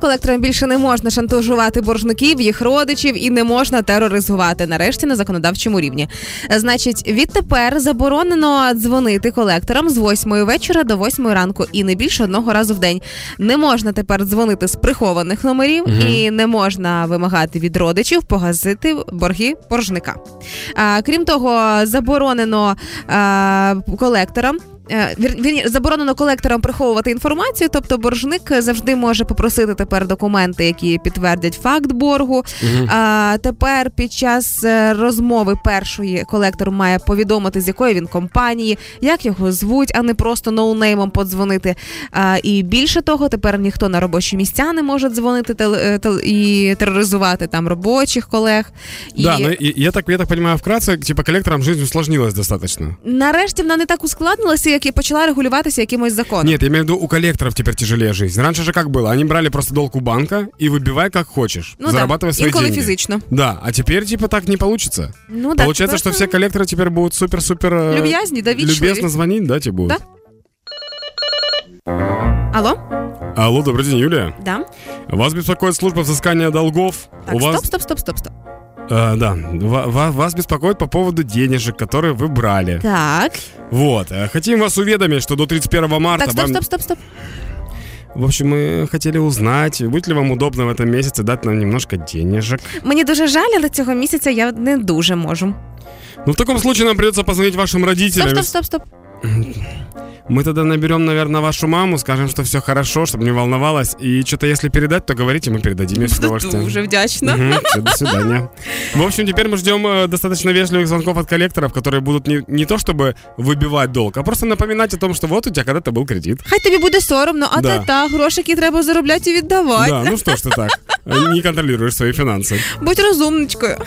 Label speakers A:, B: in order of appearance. A: колекторам більше не можна шантажувати боржників, їх родичів і не можна тероризувати. Нарешті на законодавчому рівні. Е, Значить, відтепер заборонено дзвонити колекторам з 8 вечора до 8 ранку і не більше одного разу в день. Не можна тепер дзвонити з прихованих номерів і не можна вимагати від родичів погасити борги боржника. А, крім того, заборонено а, колекторам. е, вір- вірні- заборонено колекторам приховувати інформацію, тобто боржник завжди може попросити тепер документи, які підтвердять факт боргу. А тепер під час е, розмови першої колектор має повідомити, з якої він компанії, як його звуть, а не просто ноунеймом подзвонити. А, і більше того, тепер ніхто на робочі місця не може дзвонити теле- е, тел- і тероризувати там робочих колег. І...
B: Да, ну но и- я так, я так понимаю, вкратце, типа коллекторам жизнь усложнилась достаточно.
A: Нарешті вона не так ускладнилася, як і почала регулюватися якимось законом.
B: Нет, я имею в виду, у коллекторов теперь тяжелее жизнь. Раньше же как было? Они брали просто долг у банка и выбивай как хочешь,
A: Ну да,
B: зарабатывай свои
A: инколи
B: деньги.
A: физично.
B: Да, а теперь типа так не получится.
A: Ну да,
B: Получается, что
A: тепер-
B: все коллекторы теперь будут супер-супер... э,
A: Люб'язні, довічливі.
B: Любезно звонить, да, тебе будут?
A: Алло,
B: Алло, добрый день, Юлия.
A: да.
B: Вас беспокоит служба взыскания долгов.
A: Так,
B: у вас...
A: стоп, стоп, стоп, стоп, стоп.
B: Э, да, Ва- ва- вас беспокоит по поводу денежек, которые вы брали.
A: Так.
B: Вот, э, хотим вас уведомить, что до 31 марта
A: Так, стоп,
B: вам...
A: стоп, стоп, стоп.
B: В общем, мы хотели узнать, будет ли вам удобно в этом месяце дать нам немножко денежек.
A: Мені дуже жаль, але цього місяця я не дуже можу.
B: Ну, в таком случае нам придется позвонить вашим
A: Стоп,
B: родителям.
A: стоп, стоп, стоп.
B: Мы тогда наберем, наверное, вашу маму, скажем, что все хорошо, чтобы не волновалась. И что-то, если передать, то говорите, мы передадим ей с удовольствием.
A: Дуже вдячна.
B: Мгм, всё, до свидания. В общем, теперь мы ждем э, достаточно вежливых звонков от коллекторов, которые будут не, не то чтобы выбивать долг, а просто напоминать о том, что вот у тебя когда-то был кредит.
A: Хай тобі буде соромно, а
B: Да.
A: та та гроші, які треба заробляти, віддавай.
B: Да, ну что ж ты так, э, не контролируешь свои финансы.
A: Будь розумничкою.